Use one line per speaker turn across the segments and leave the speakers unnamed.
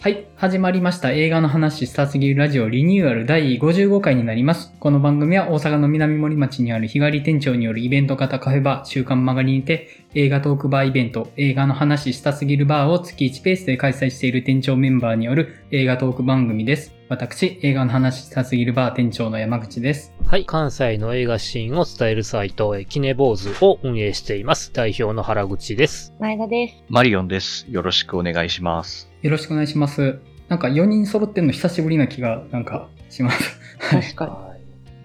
はい。始まりました。映画の話したすぎるラジオリニューアル第55回になります。この番組は大阪の南森町にある日帰り店長によるイベント型カフェバー、週刊曲がりにて、映画トークバーイベント、映画の話したすぎるバーを月1ペースで開催している店長メンバーによる映画トーク番組です。私、映画の話したすぎるバー店長の山口です。
はい。関西の映画シーンを伝えるサイト、えーキネボーズを運営しています。代表の原口です。
前田です。
マリオンです。よろしくお願いします。
よろしくお願いします。なんか4人揃ってんの久しぶりな気がなんかします。はい
確か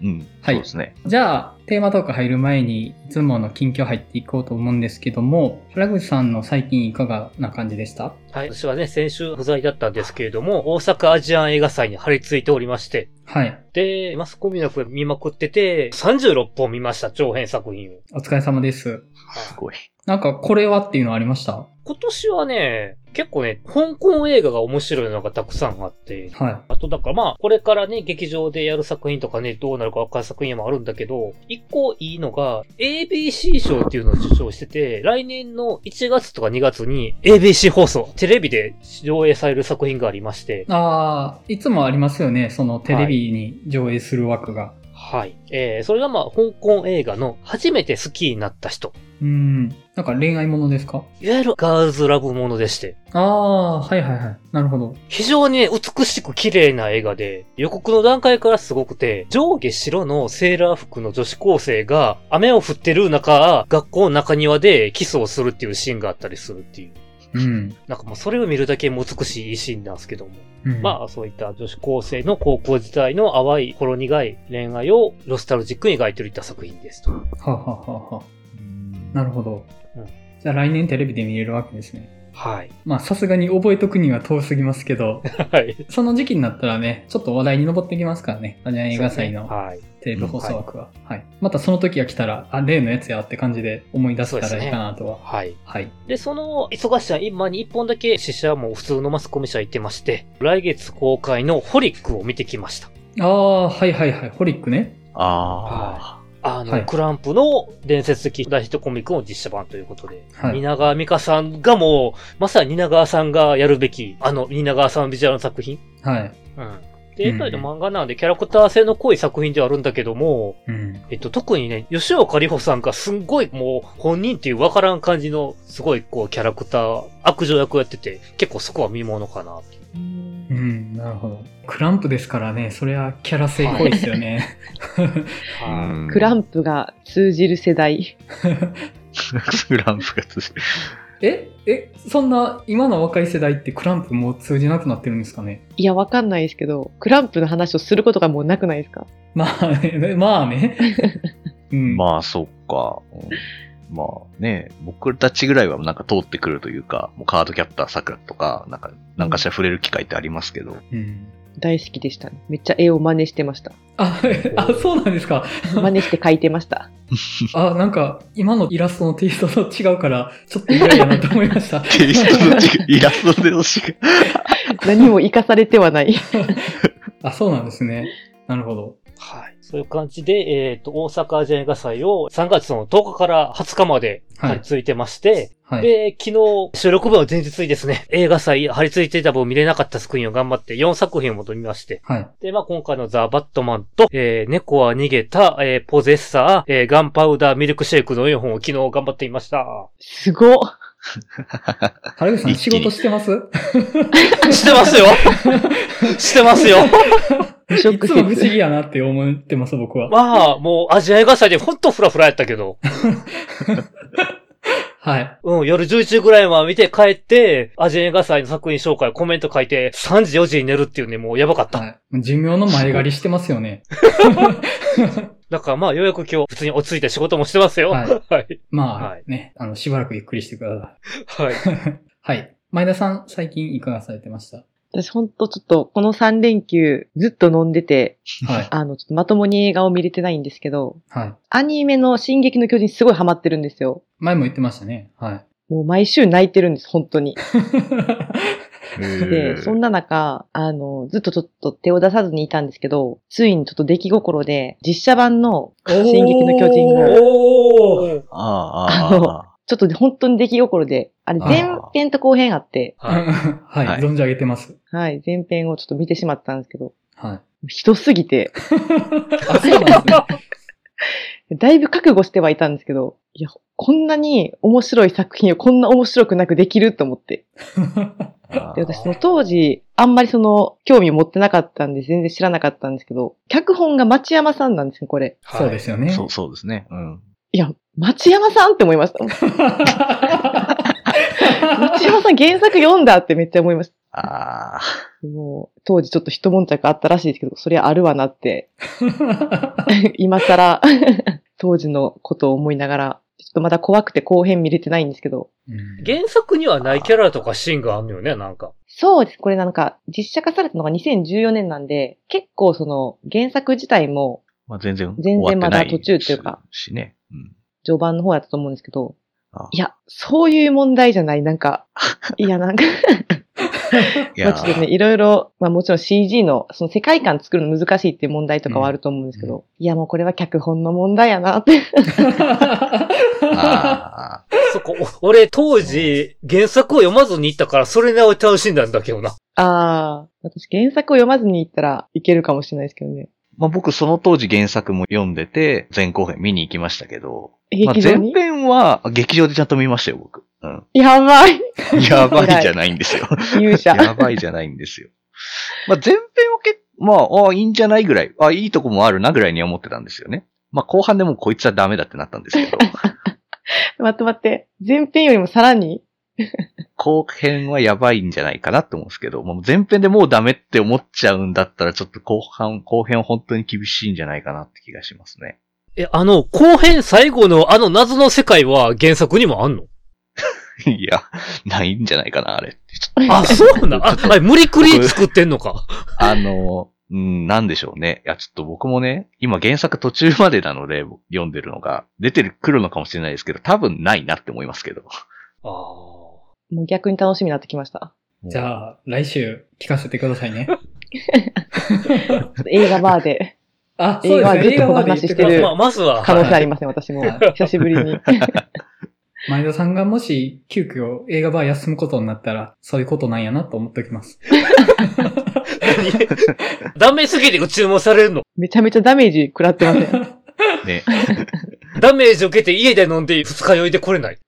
に。
うん。
はい
そうですね。
じゃあ、テーマトーク入る前に、いつもの近況入っていこうと思うんですけども、原口さんの最近いかがな感じでした
はい。私はね、先週不在だったんですけれども、大阪アジアン映画祭に張り付いておりまして、
はい。
で、マスコミの声見まくってて、36本見ました、長編作品を。
お疲れ様です。
すごい。
なんか、これはっていうのありました
今年はね、結構ね、香港映画が面白いのがたくさんあって、
は
あとだからまあ、これからね、劇場でやる作品とかね、どうなるかわかる作品もあるんだけど、一個いいのが、ABC 賞っていうのを受賞してて、来年の1月とか2月に ABC 放送、テレビで上映される作品がありまして、
い。あー、いつもありますよね、そのテレビに上映する枠が。
はい。えー、それがまあ、香港映画の初めて好きになった人。
うーん。なんか恋愛ものですか
いわゆるガールズラブものでして、
あー、はいはいはい。なるほど。
非常にね、美しく綺麗な映画で、予告の段階からすごくて、上下白のセーラー服の女子高生が雨を降ってる中、学校の中庭でキスをするっていうシーンがあったりするっていう。
うん。
なんかもうそれを見るだけもう美しいシーンなんですけども。
うん、
まあそういった女子高生の高校時代の淡いほろ苦い恋愛をロスタルジックに描いてるいった作品ですと。
あ。はあはあはあはあなるほど。
うん
じゃあ来年テレビで見れるわけですね。
はい。
まあ、さすがに覚えとくには遠すぎますけど、
はい。
その時期になったらね、ちょっと話題に上ってきますからね、アジアン映画祭の
はい。
テレビ放送枠は。はい、またその時が来たら、あ、例のやつやって感じで思い出せた
そうで
ら
す
い
ね
いかなとは。
はい。
はい。
で、その、忙しさ、今に一本だけ試写も普通のマスコミ社行ってまして、来月公開のホリックを見てきました。
ああ、はいはいはい、ホリックね。
あ
あの、
はい
クランプの伝説的大ヒットコミックの実写版ということで、
はい
蜷川美香さんがもう、まさに蜷川さんがやるべき、あの、蜷川さんのビジュアルの作品。
はい。
うん。で、やっぱりね漫画なんでキャラクター性の濃い作品ではあるんだけども、
うん。
えっと、特にね、吉岡里帆さんがすんごいもう本人っていうわからん感じの、すごいこうキャラクター、悪女役をやってて、結構そこは見ものかな。
うん、なるほど。クランプですからね、それはキャラ性濃いですよね。
あ。うん
クラ
ン
ンプが通じる世代。
プ。 クランプが通じる。
ええ、そんな、今の若い世代ってクランプもう通じなくなってるんですかね
いや、わかんないですけど、クランプの話をすることがもうなくないですか
まあね、まあ ね。うん。
まあ、そっか。うんまあね、僕たちぐらいはなんか通ってくるというか、もうカードキャプター桜とか、なんか、なんかしら触れる機会ってありますけど。
うん。
大好きでしたね。めっちゃ絵を真似してました。
あ、あ、そうなんですか。
真似して描いてま した。
あ、なんか、今のイラストのテイストと違うから、ちょっと意外だなと思いました。
テイストの違 いイラストでの違い。
何も生かされてはない。
あ、そうなんですね。なるほど。
はい。そういう感じで、えっ、と、大阪アジア映画祭を3月の10日から20日まで
はい
張り付いてまして、
はい。
で、昨日、収録分を前日にですね、 映画祭張り付いていた分見れなかった作品を頑張って4作品を求めまして、
はい。
で、まあ今回のザ・バットマンと、えー、猫は逃げた、えー、ポゼッサー、えー、ガンパウダー、ミルクシェイクの4本を昨日頑張っていました。
すごっ。
原口さん、
一
仕
気に
事してます
してますよしてますよ
無
い
職
つも不思
説。
議やなって思ってます、僕は。
まあ、もうアジア映画祭でほんとフラフラやったけど、
はい。
うん、夜11時ぐらいまで見て帰って、アジア映画祭の作品紹介、コメント書いて、3時4時に寝るっていうね、もうやばかった。
はい。寿命の前借りしてますよね。
だからまあ、ようやく今日、普通に落ち着いて仕事もしてますよ。
は
はいい。はい。
まあ、
はい
ね、あの、しばらくゆっくりしてください。はい。前田さん、最近いかがされてました
私ほんとちょっと、この3連休ずっと飲んでて、
はい。
あの、ちょっとまともに映画を見れてないんですけど、
はい。
アニメの進撃の巨人すごいハマってるんですよ。
前も言ってましたね。はい。
もう毎週泣いてるんです、本当に。
う
で、
ん
そんな中、あの、ずっとちょっと手を出さずにいたんですけど、ついにちょっと出来心で、実写版の進撃の巨人が、
おー
ああ、あ
あの
あ、ああ。
ちょっと本当に出来心で、あれ
あー
前編と後編あって、
はい。
はい、
はい
存じ上げてます。
はい、前編をちょっと見てしまったんですけど、
はい。
ひどすぎて、
あ、そうなんですね。
だいぶ覚悟してはいたんですけど、いや、こんなに面白い作品をこんな面白くなくできると思って。で、
あ
私その当時、あんまりその、興味を持ってなかったんで、全然知らなかったんですけど、脚本が町山さんなんですね、これ。
はい
そうですよね。
ーそう、そうですね。うん。
いや、町山さんって思いま した。町山さん原作読んだってめっちゃ思いまし
ああ、
た。もう、当時ちょっと一悶着あったらしいですけど、そりゃあるわなって、今更、当時のことを思いながら、ちょっとまだ怖くて後編見れてないんですけど、
うん
原作にはないキャラとかシーンがあんのよね、なんか。
そうです。これなんか、実写化されたのが2014年なんで、結構その、原作自体も、
まあ全然終
全
わって
然まだ
ない
途中っていうか
しね。うん。
序盤の方やったと思うんですけど、
あ
いや、そういう問題じゃない、なんか、 いや、なんか、
い
まあちょっとね、いろいろ、まあもちろん CG の、その世界観作るの難しいっていう問題とかはあると思うんですけど、いや、もうこれは脚本の問題やなって。
あー
そこ、お俺当時原作を読まずに行ったから、それを楽しんだんだけどな。
ああ、私原作を読まずに行ったらいけるかもしれないですけどね。
まあ僕その当時原作も読んでて、前後編見に行きましたけど、まあ
劇場
前
に、
編はあ劇場でちゃんと見ましたよ、僕。 うん。
やばい
やばいじゃないんですよ。
勇者。
やばいじゃないんですよ。まあ、前編は結構、まあ、あいいんじゃないぐらい、あいいとこもあるなぐらいには思ってたんですよね。まあ、後半でもうこいつはダメだってなったんです けど、
待って待って。前編よりもさらに
後編はやばいんじゃないかなって思うんですけど、もう前編でもうダメって思っちゃうんだったら、ちょっと後半、後編は本当に厳しいんじゃないかなって気がしますね。
え、あの、後編最後のあの謎の世界は原作にもあんの
いや、ないんじゃないかな、あれ。ちょっ
あ、そうなんあ、あれ無理くり作ってんのか。
とあの、うん、なんでしょうね。いや、ちょっと僕もね、今原作途中までなので読んでるのが、出てくるのかもしれないですけど、多分ないなって思いますけど。
あ
もう逆に楽しみになってきました。
じゃあ、来週聞かせてください ね。
ちょっと映画バー で
あ、そうですね。
映画はずっとお
で
話しし
ー
てる
まあ、まず は、
可能性ありません、私も
はい。
久しぶり に。
前田さんがもし急遽映画バー休むことになったら、そういうことなんやなと思っておきます。
ダメすぎて注文されるの。
めちゃめちゃダメージ食らってますね。
ね。
ダメージ受けて家で飲んで二日酔いで来れない。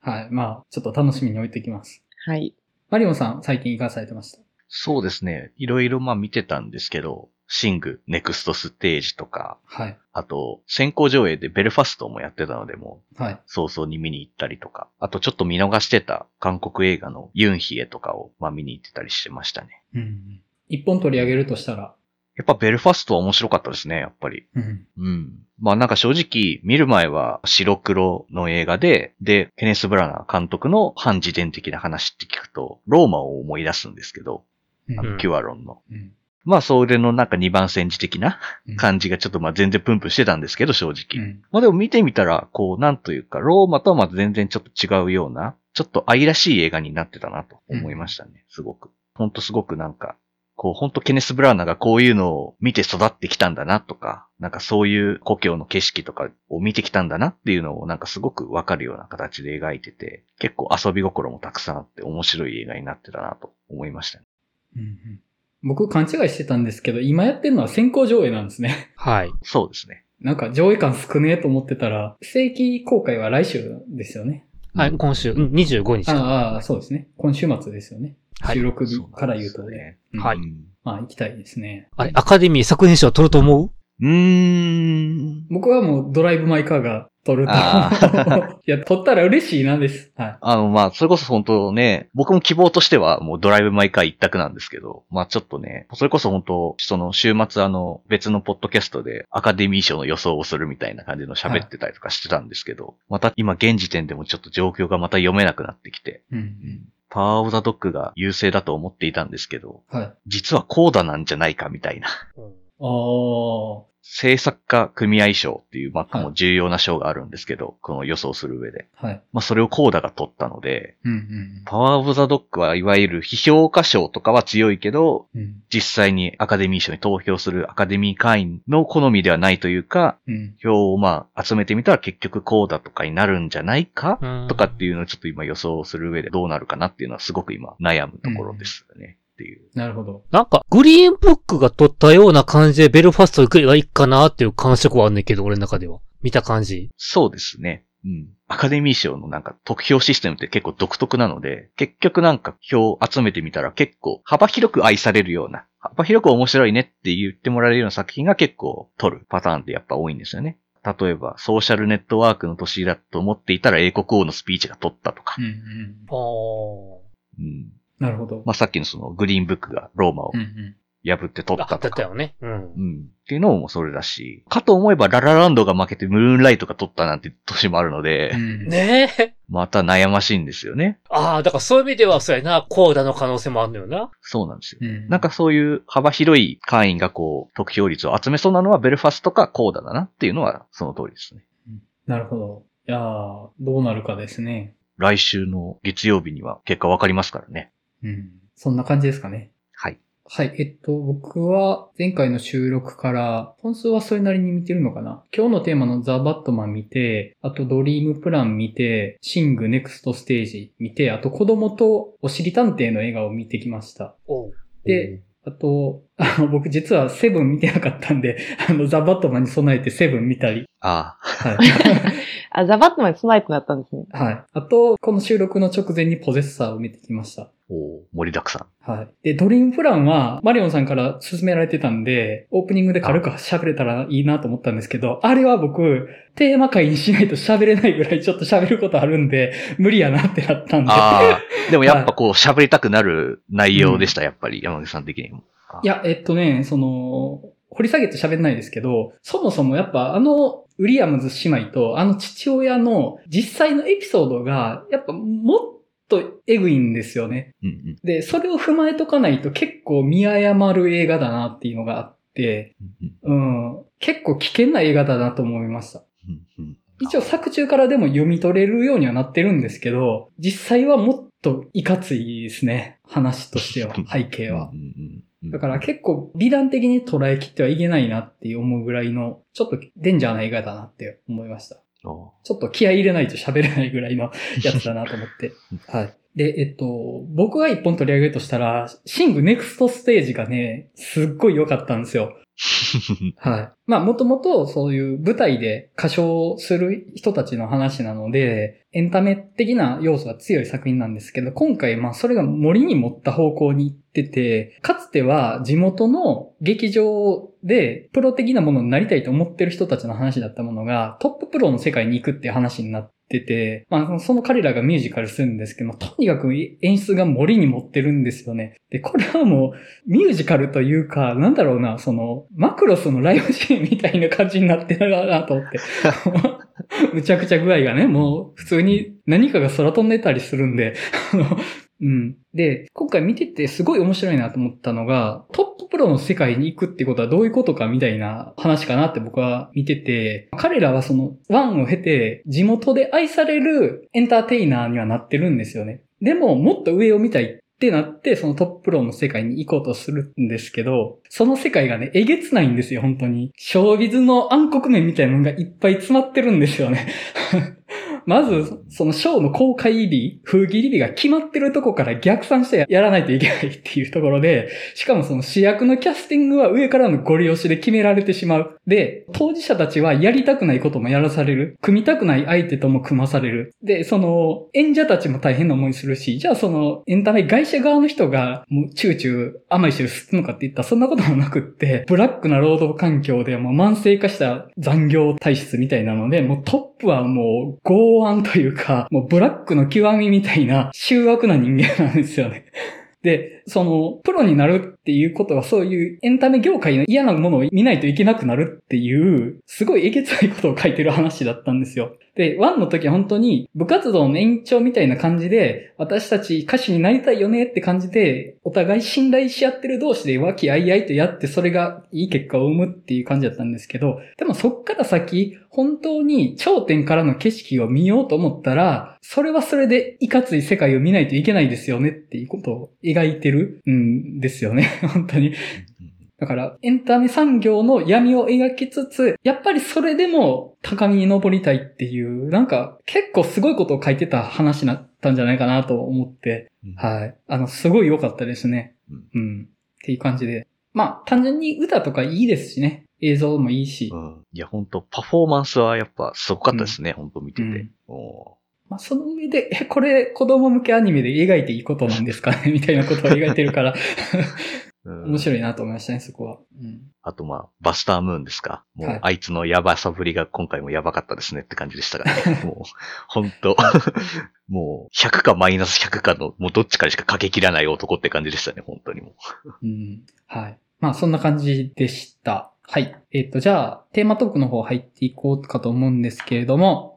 はい。まあ、ちょっと楽しみに置いておきます。
はい。
マリオンさん、最近いかがされてました
そうですね。いろいろまあ見てたんですけど、シング、ネクストステージとか、
はい。
あと、先行上映でベルファストもやってたので、もう
はい。
早々に見に行ったりとか、あとちょっと見逃してた韓国映画のユンヒエとかをまあ見に行ってたりしてましたね。
うん。一本取り上げるとしたら、
やっぱベルファストは面白かったですね、やっぱり。
うん。
うん。まあなんか正直、見る前は白黒の映画で、で、ケネス・ブラナー監督の反自伝的な話って聞くと、ローマを思い出すんですけど、
うん
あの
うん
キュアロンの。
うん
まあそれのなんか二番煎じ的な
うん
感じがちょっとまあ全然プンプンしてたんですけど、正
う
直。
ん。
まあでも見てみたら、こう、なんというか、ローマとはまた全然ちょっと違うような、ちょっと愛らしい映画になってたなと思いましたね、すごく。ほんとすごくなんか、こう、ほんとケネス・ブラーナがこういうのを見て育ってきたんだなとか、なんかそういう故郷の景色とかを見てきたんだなっていうのをなんかすごくわかるような形で描いてて、結構遊び心もたくさんあって面白い映画になってたなと思いましたね。
うんうん僕勘違いしてたんですけど、今やってるのは先行上映なんですね。
はい。
そうですね。
なんか上映感少ねえと思ってたら、正規公開は来週ですよね。
はい、今週、うん25日
あ
か。
あああ、そうですね。今週末ですよね。
はい
収録日から言うとね。うん
はい
うん
まあ、行きたいですね。
あれ、アカデミー作品賞取ると思う
うーん。
僕はもうドライブ・マイ・カーが撮ると。
あ
いや、撮ったら嬉しいなんです。はい。
あの、まあ、それこそ本当ね、僕も希望としてはもうドライブ毎回一択なんですけど、まあちょっとね、それこそ本当、その週末あの、別のポッドキャストでアカデミー賞の予想をするみたいな感じの喋ってたりとかしてたんですけど、また今現時点でもちょっと状況がまた読めなくなってきて、
うん。
パワーオブザドッグが優勢だと思っていたんですけど、
はい。あ
実はコーダなんじゃないかみたいな。
うん
あ、
制作家組合賞っていう、まあ、この重要な賞があるんですけど、この予想する上で。
はい。
まあ、それをコーダが取ったので、
うんうん
パワーオブザドッグはいわゆる非評価賞とかは強いけど、
うん。うん
実際にアカデミー賞に投票するアカデミー会員の好みではないというか、
うん。
票をまあ集めてみたら結局コーダとかになるんじゃないか
うん
とかっていうのをちょっと今予想する上でどうなるかなっていうのはすごく今悩むところですよね。っていう。
なるほど。
なんか、グリーンブックが撮ったような感じでベルファスト行けばいいかなっていう感触はあんねんけど、俺の中では。見た感じ。
そうですね。うん。アカデミー賞のなんか得票システムって結構独特なので、結局なんか票を集めてみたら結構幅広く愛されるような、幅広く面白いねって言ってもらえるような作品が結構取るパターンってやっぱ多いんですよね。例えば、ソーシャルネットワークの年だと思っていたら英国王のスピーチが取ったとか
う、んうん。
あー。
うん。
なるほど。
まあ、さっきのそのグリーンブックがローマを
うんうん。
破って取っ
あ、
た
だ
と
った
か。
よね。うん
う。ん。っていうのもそれだし、かと思えばララランドが負けてムーンライトが取ったなんて年もあるので、
うん
ねえ。
また悩ましいんですよね。
ああ、だからそういう意味では、そうやな、コーダの可能性もあるのよな。
そうなんですよ。
うん
なんかそういう幅広い会員がこう、得票率を集めそうなのはベルファストかコーダだなっていうのはその通りですね。
なるほど。いやーどうなるかですね。
来週の月曜日には結果わかりますからね。
うん。そんな感じですかね。
はい。
はい。えっと、僕は前回の収録から、本数はそれなりに見てるのかな今日のテーマのザ・バットマン見て、あとドリームプラン見て、シング・ネクスト・ステージ見て、あと子供とおしり探偵の映画を見てきました。
おう。
で、あと、あの、僕実はセブン見てなかったんで、 あの、ザ・バットマンに備えてセブン見たり。
ああ、
はい。
あ、ザ・バットマンに備えてなったんですね。
はい。あと、この収録の直前にポゼッサーを見てきました。
おー盛りだくさん。
はい。で、ドリームプランは、マリオンさんから勧められてたんで、オープニングで軽く喋れたらいいなと思ったんですけど、あれは僕、テーマ会にしないと喋れないぐらいちょっと喋ることあるんで、無理やなってなったんで。
あ あ、でもやっぱこう喋りたくなる内容でした、やっぱり山口さん的にも。
いや、えっとね、その、掘り下げて喋んないですけど、そもそもやっぱあの、ウィリアムズ姉妹とあの父親の実際のエピソードが、やっぱもっとエグいんですよね。
うんうん。
で、それを踏まえとかないと結構見誤る映画だなっていうのがあって、
うんうん
うん、結構危険な映画だなと思いました。
うんうん
一応作中からでも読み取れるようにはなってるんですけど、実際はもっといかついですね。話としては、背景は
う。んうんうん
だから結構美談的に捉えきってはいけないなって思うぐらいの、ちょっとデンジャーな映画だなって思いました。
お
ちょっと気合い入れないと喋れないぐらい のやつだなと思って。はい。で、えっと、僕が一本取り上げるとしたら、シングネクストステージがね、すっごい良かったんですよ。
ー
はい。まあ、もともとそういう舞台で歌唱する人たちの話なので、エンタメ的な要素が強い作品なんですけど、今回まあ、それが森に持った方向に行ってて、かつては地元の劇場でプロ的なものになりたいと思ってる人たちの話だったものが、トッププロの世界に行くっていう話になって、て、まあ、その彼らがミュージカルするんですけども、とにかく演出が森に持ってるんですよね。で、これはもう、ミュージカルというか、なんだろうな、その、マクロスのライブシーンみたいな感じになってるなと思って。むちゃくちゃ具合がね、もう普通に何かが空飛んでたりするんで、あの、うん。で、今回見ててすごい面白いなと思ったのが、トッププロの世界に行くってことはどういうことかみたいな話かなって僕は見てて、彼らはその、ワンを経て地元で愛されるエンターテイナーにはなってるんですよね。でも、もっと上を見たいってなって、そのトッププロの世界に行こうとするんですけど、その世界がね、えげつないんですよ、本当に。ショービズの暗黒面みたいなのがいっぱい詰まってるんですよね。 まず、そのショーの公開日、風切り日が決まってるとこから逆算してやらないといけないっていうところで、しかもその主役のキャスティングは上からのご利用しで決められてしまう。で、当事者たちはやりたくないこともやらされる。組みたくない相手とも組まされる。で、その演者たちも大変な思いするし、じゃあそのエンタメ会社側の人がもうチューチュー甘い汁吸ってんのかって言ったらそんなこともなくって、ブラックな労働環境でもう慢性化した残業体質みたいなので、もうトップはもう剛腕というか、もうブラックの極みみたいな醜悪な人間なんですよね。で、その、プロになるっていうことはそういうエンタメ業界の嫌なものを見ないといけなくなるっていう、すごいえげつないことを書いてる話だったんですよ。で、1の時は本当に部活動の延長みたいな感じで、私たち歌手になりたいよねって感じで、お互い信頼し合ってる同士で和気あいあいとやって、それがいい結果を生むっていう感じだったんですけど、でもそっから先、本当に頂点からの景色を見ようと思ったら、それはそれでいかつい世界を見ないといけないですよねっていうことを描いてるんですよね。 本当に。だから、エンタメ産業の闇を描きつつ、やっぱりそれでも高みに登りたいっていう、なんか結構すごいことを書いてた話だったんじゃないかなと思って、
い。
はい。あの、すごい良かったですね。
う
うん。っていう感じで。まあ、単純に歌とかいいですしね。映像もいいし。
うん。いや、本当パフォーマンスはやっぱすごかったですね、本当見てて。お
まあ、その上で、え、これ子供向けアニメで描いていいことなんですかねみたいなことを描いてるから、
ーうん
面白いなと思いましたね、そこは。うん。
あとまあ、バスタームーンですか。も、
はいう
あいつのやばさぶりが今回もやばかったですねって感じでしたから ね。もう、ほんと、 もう、100かマイナス100かの、もうどっちかにしかかけきらない男って感じでしたね、本当にも
うん。はい。まあ、そんな感じでした。はい。えっ、と、じゃあ、テーマトークの方入っていこうかと思うんですけれども、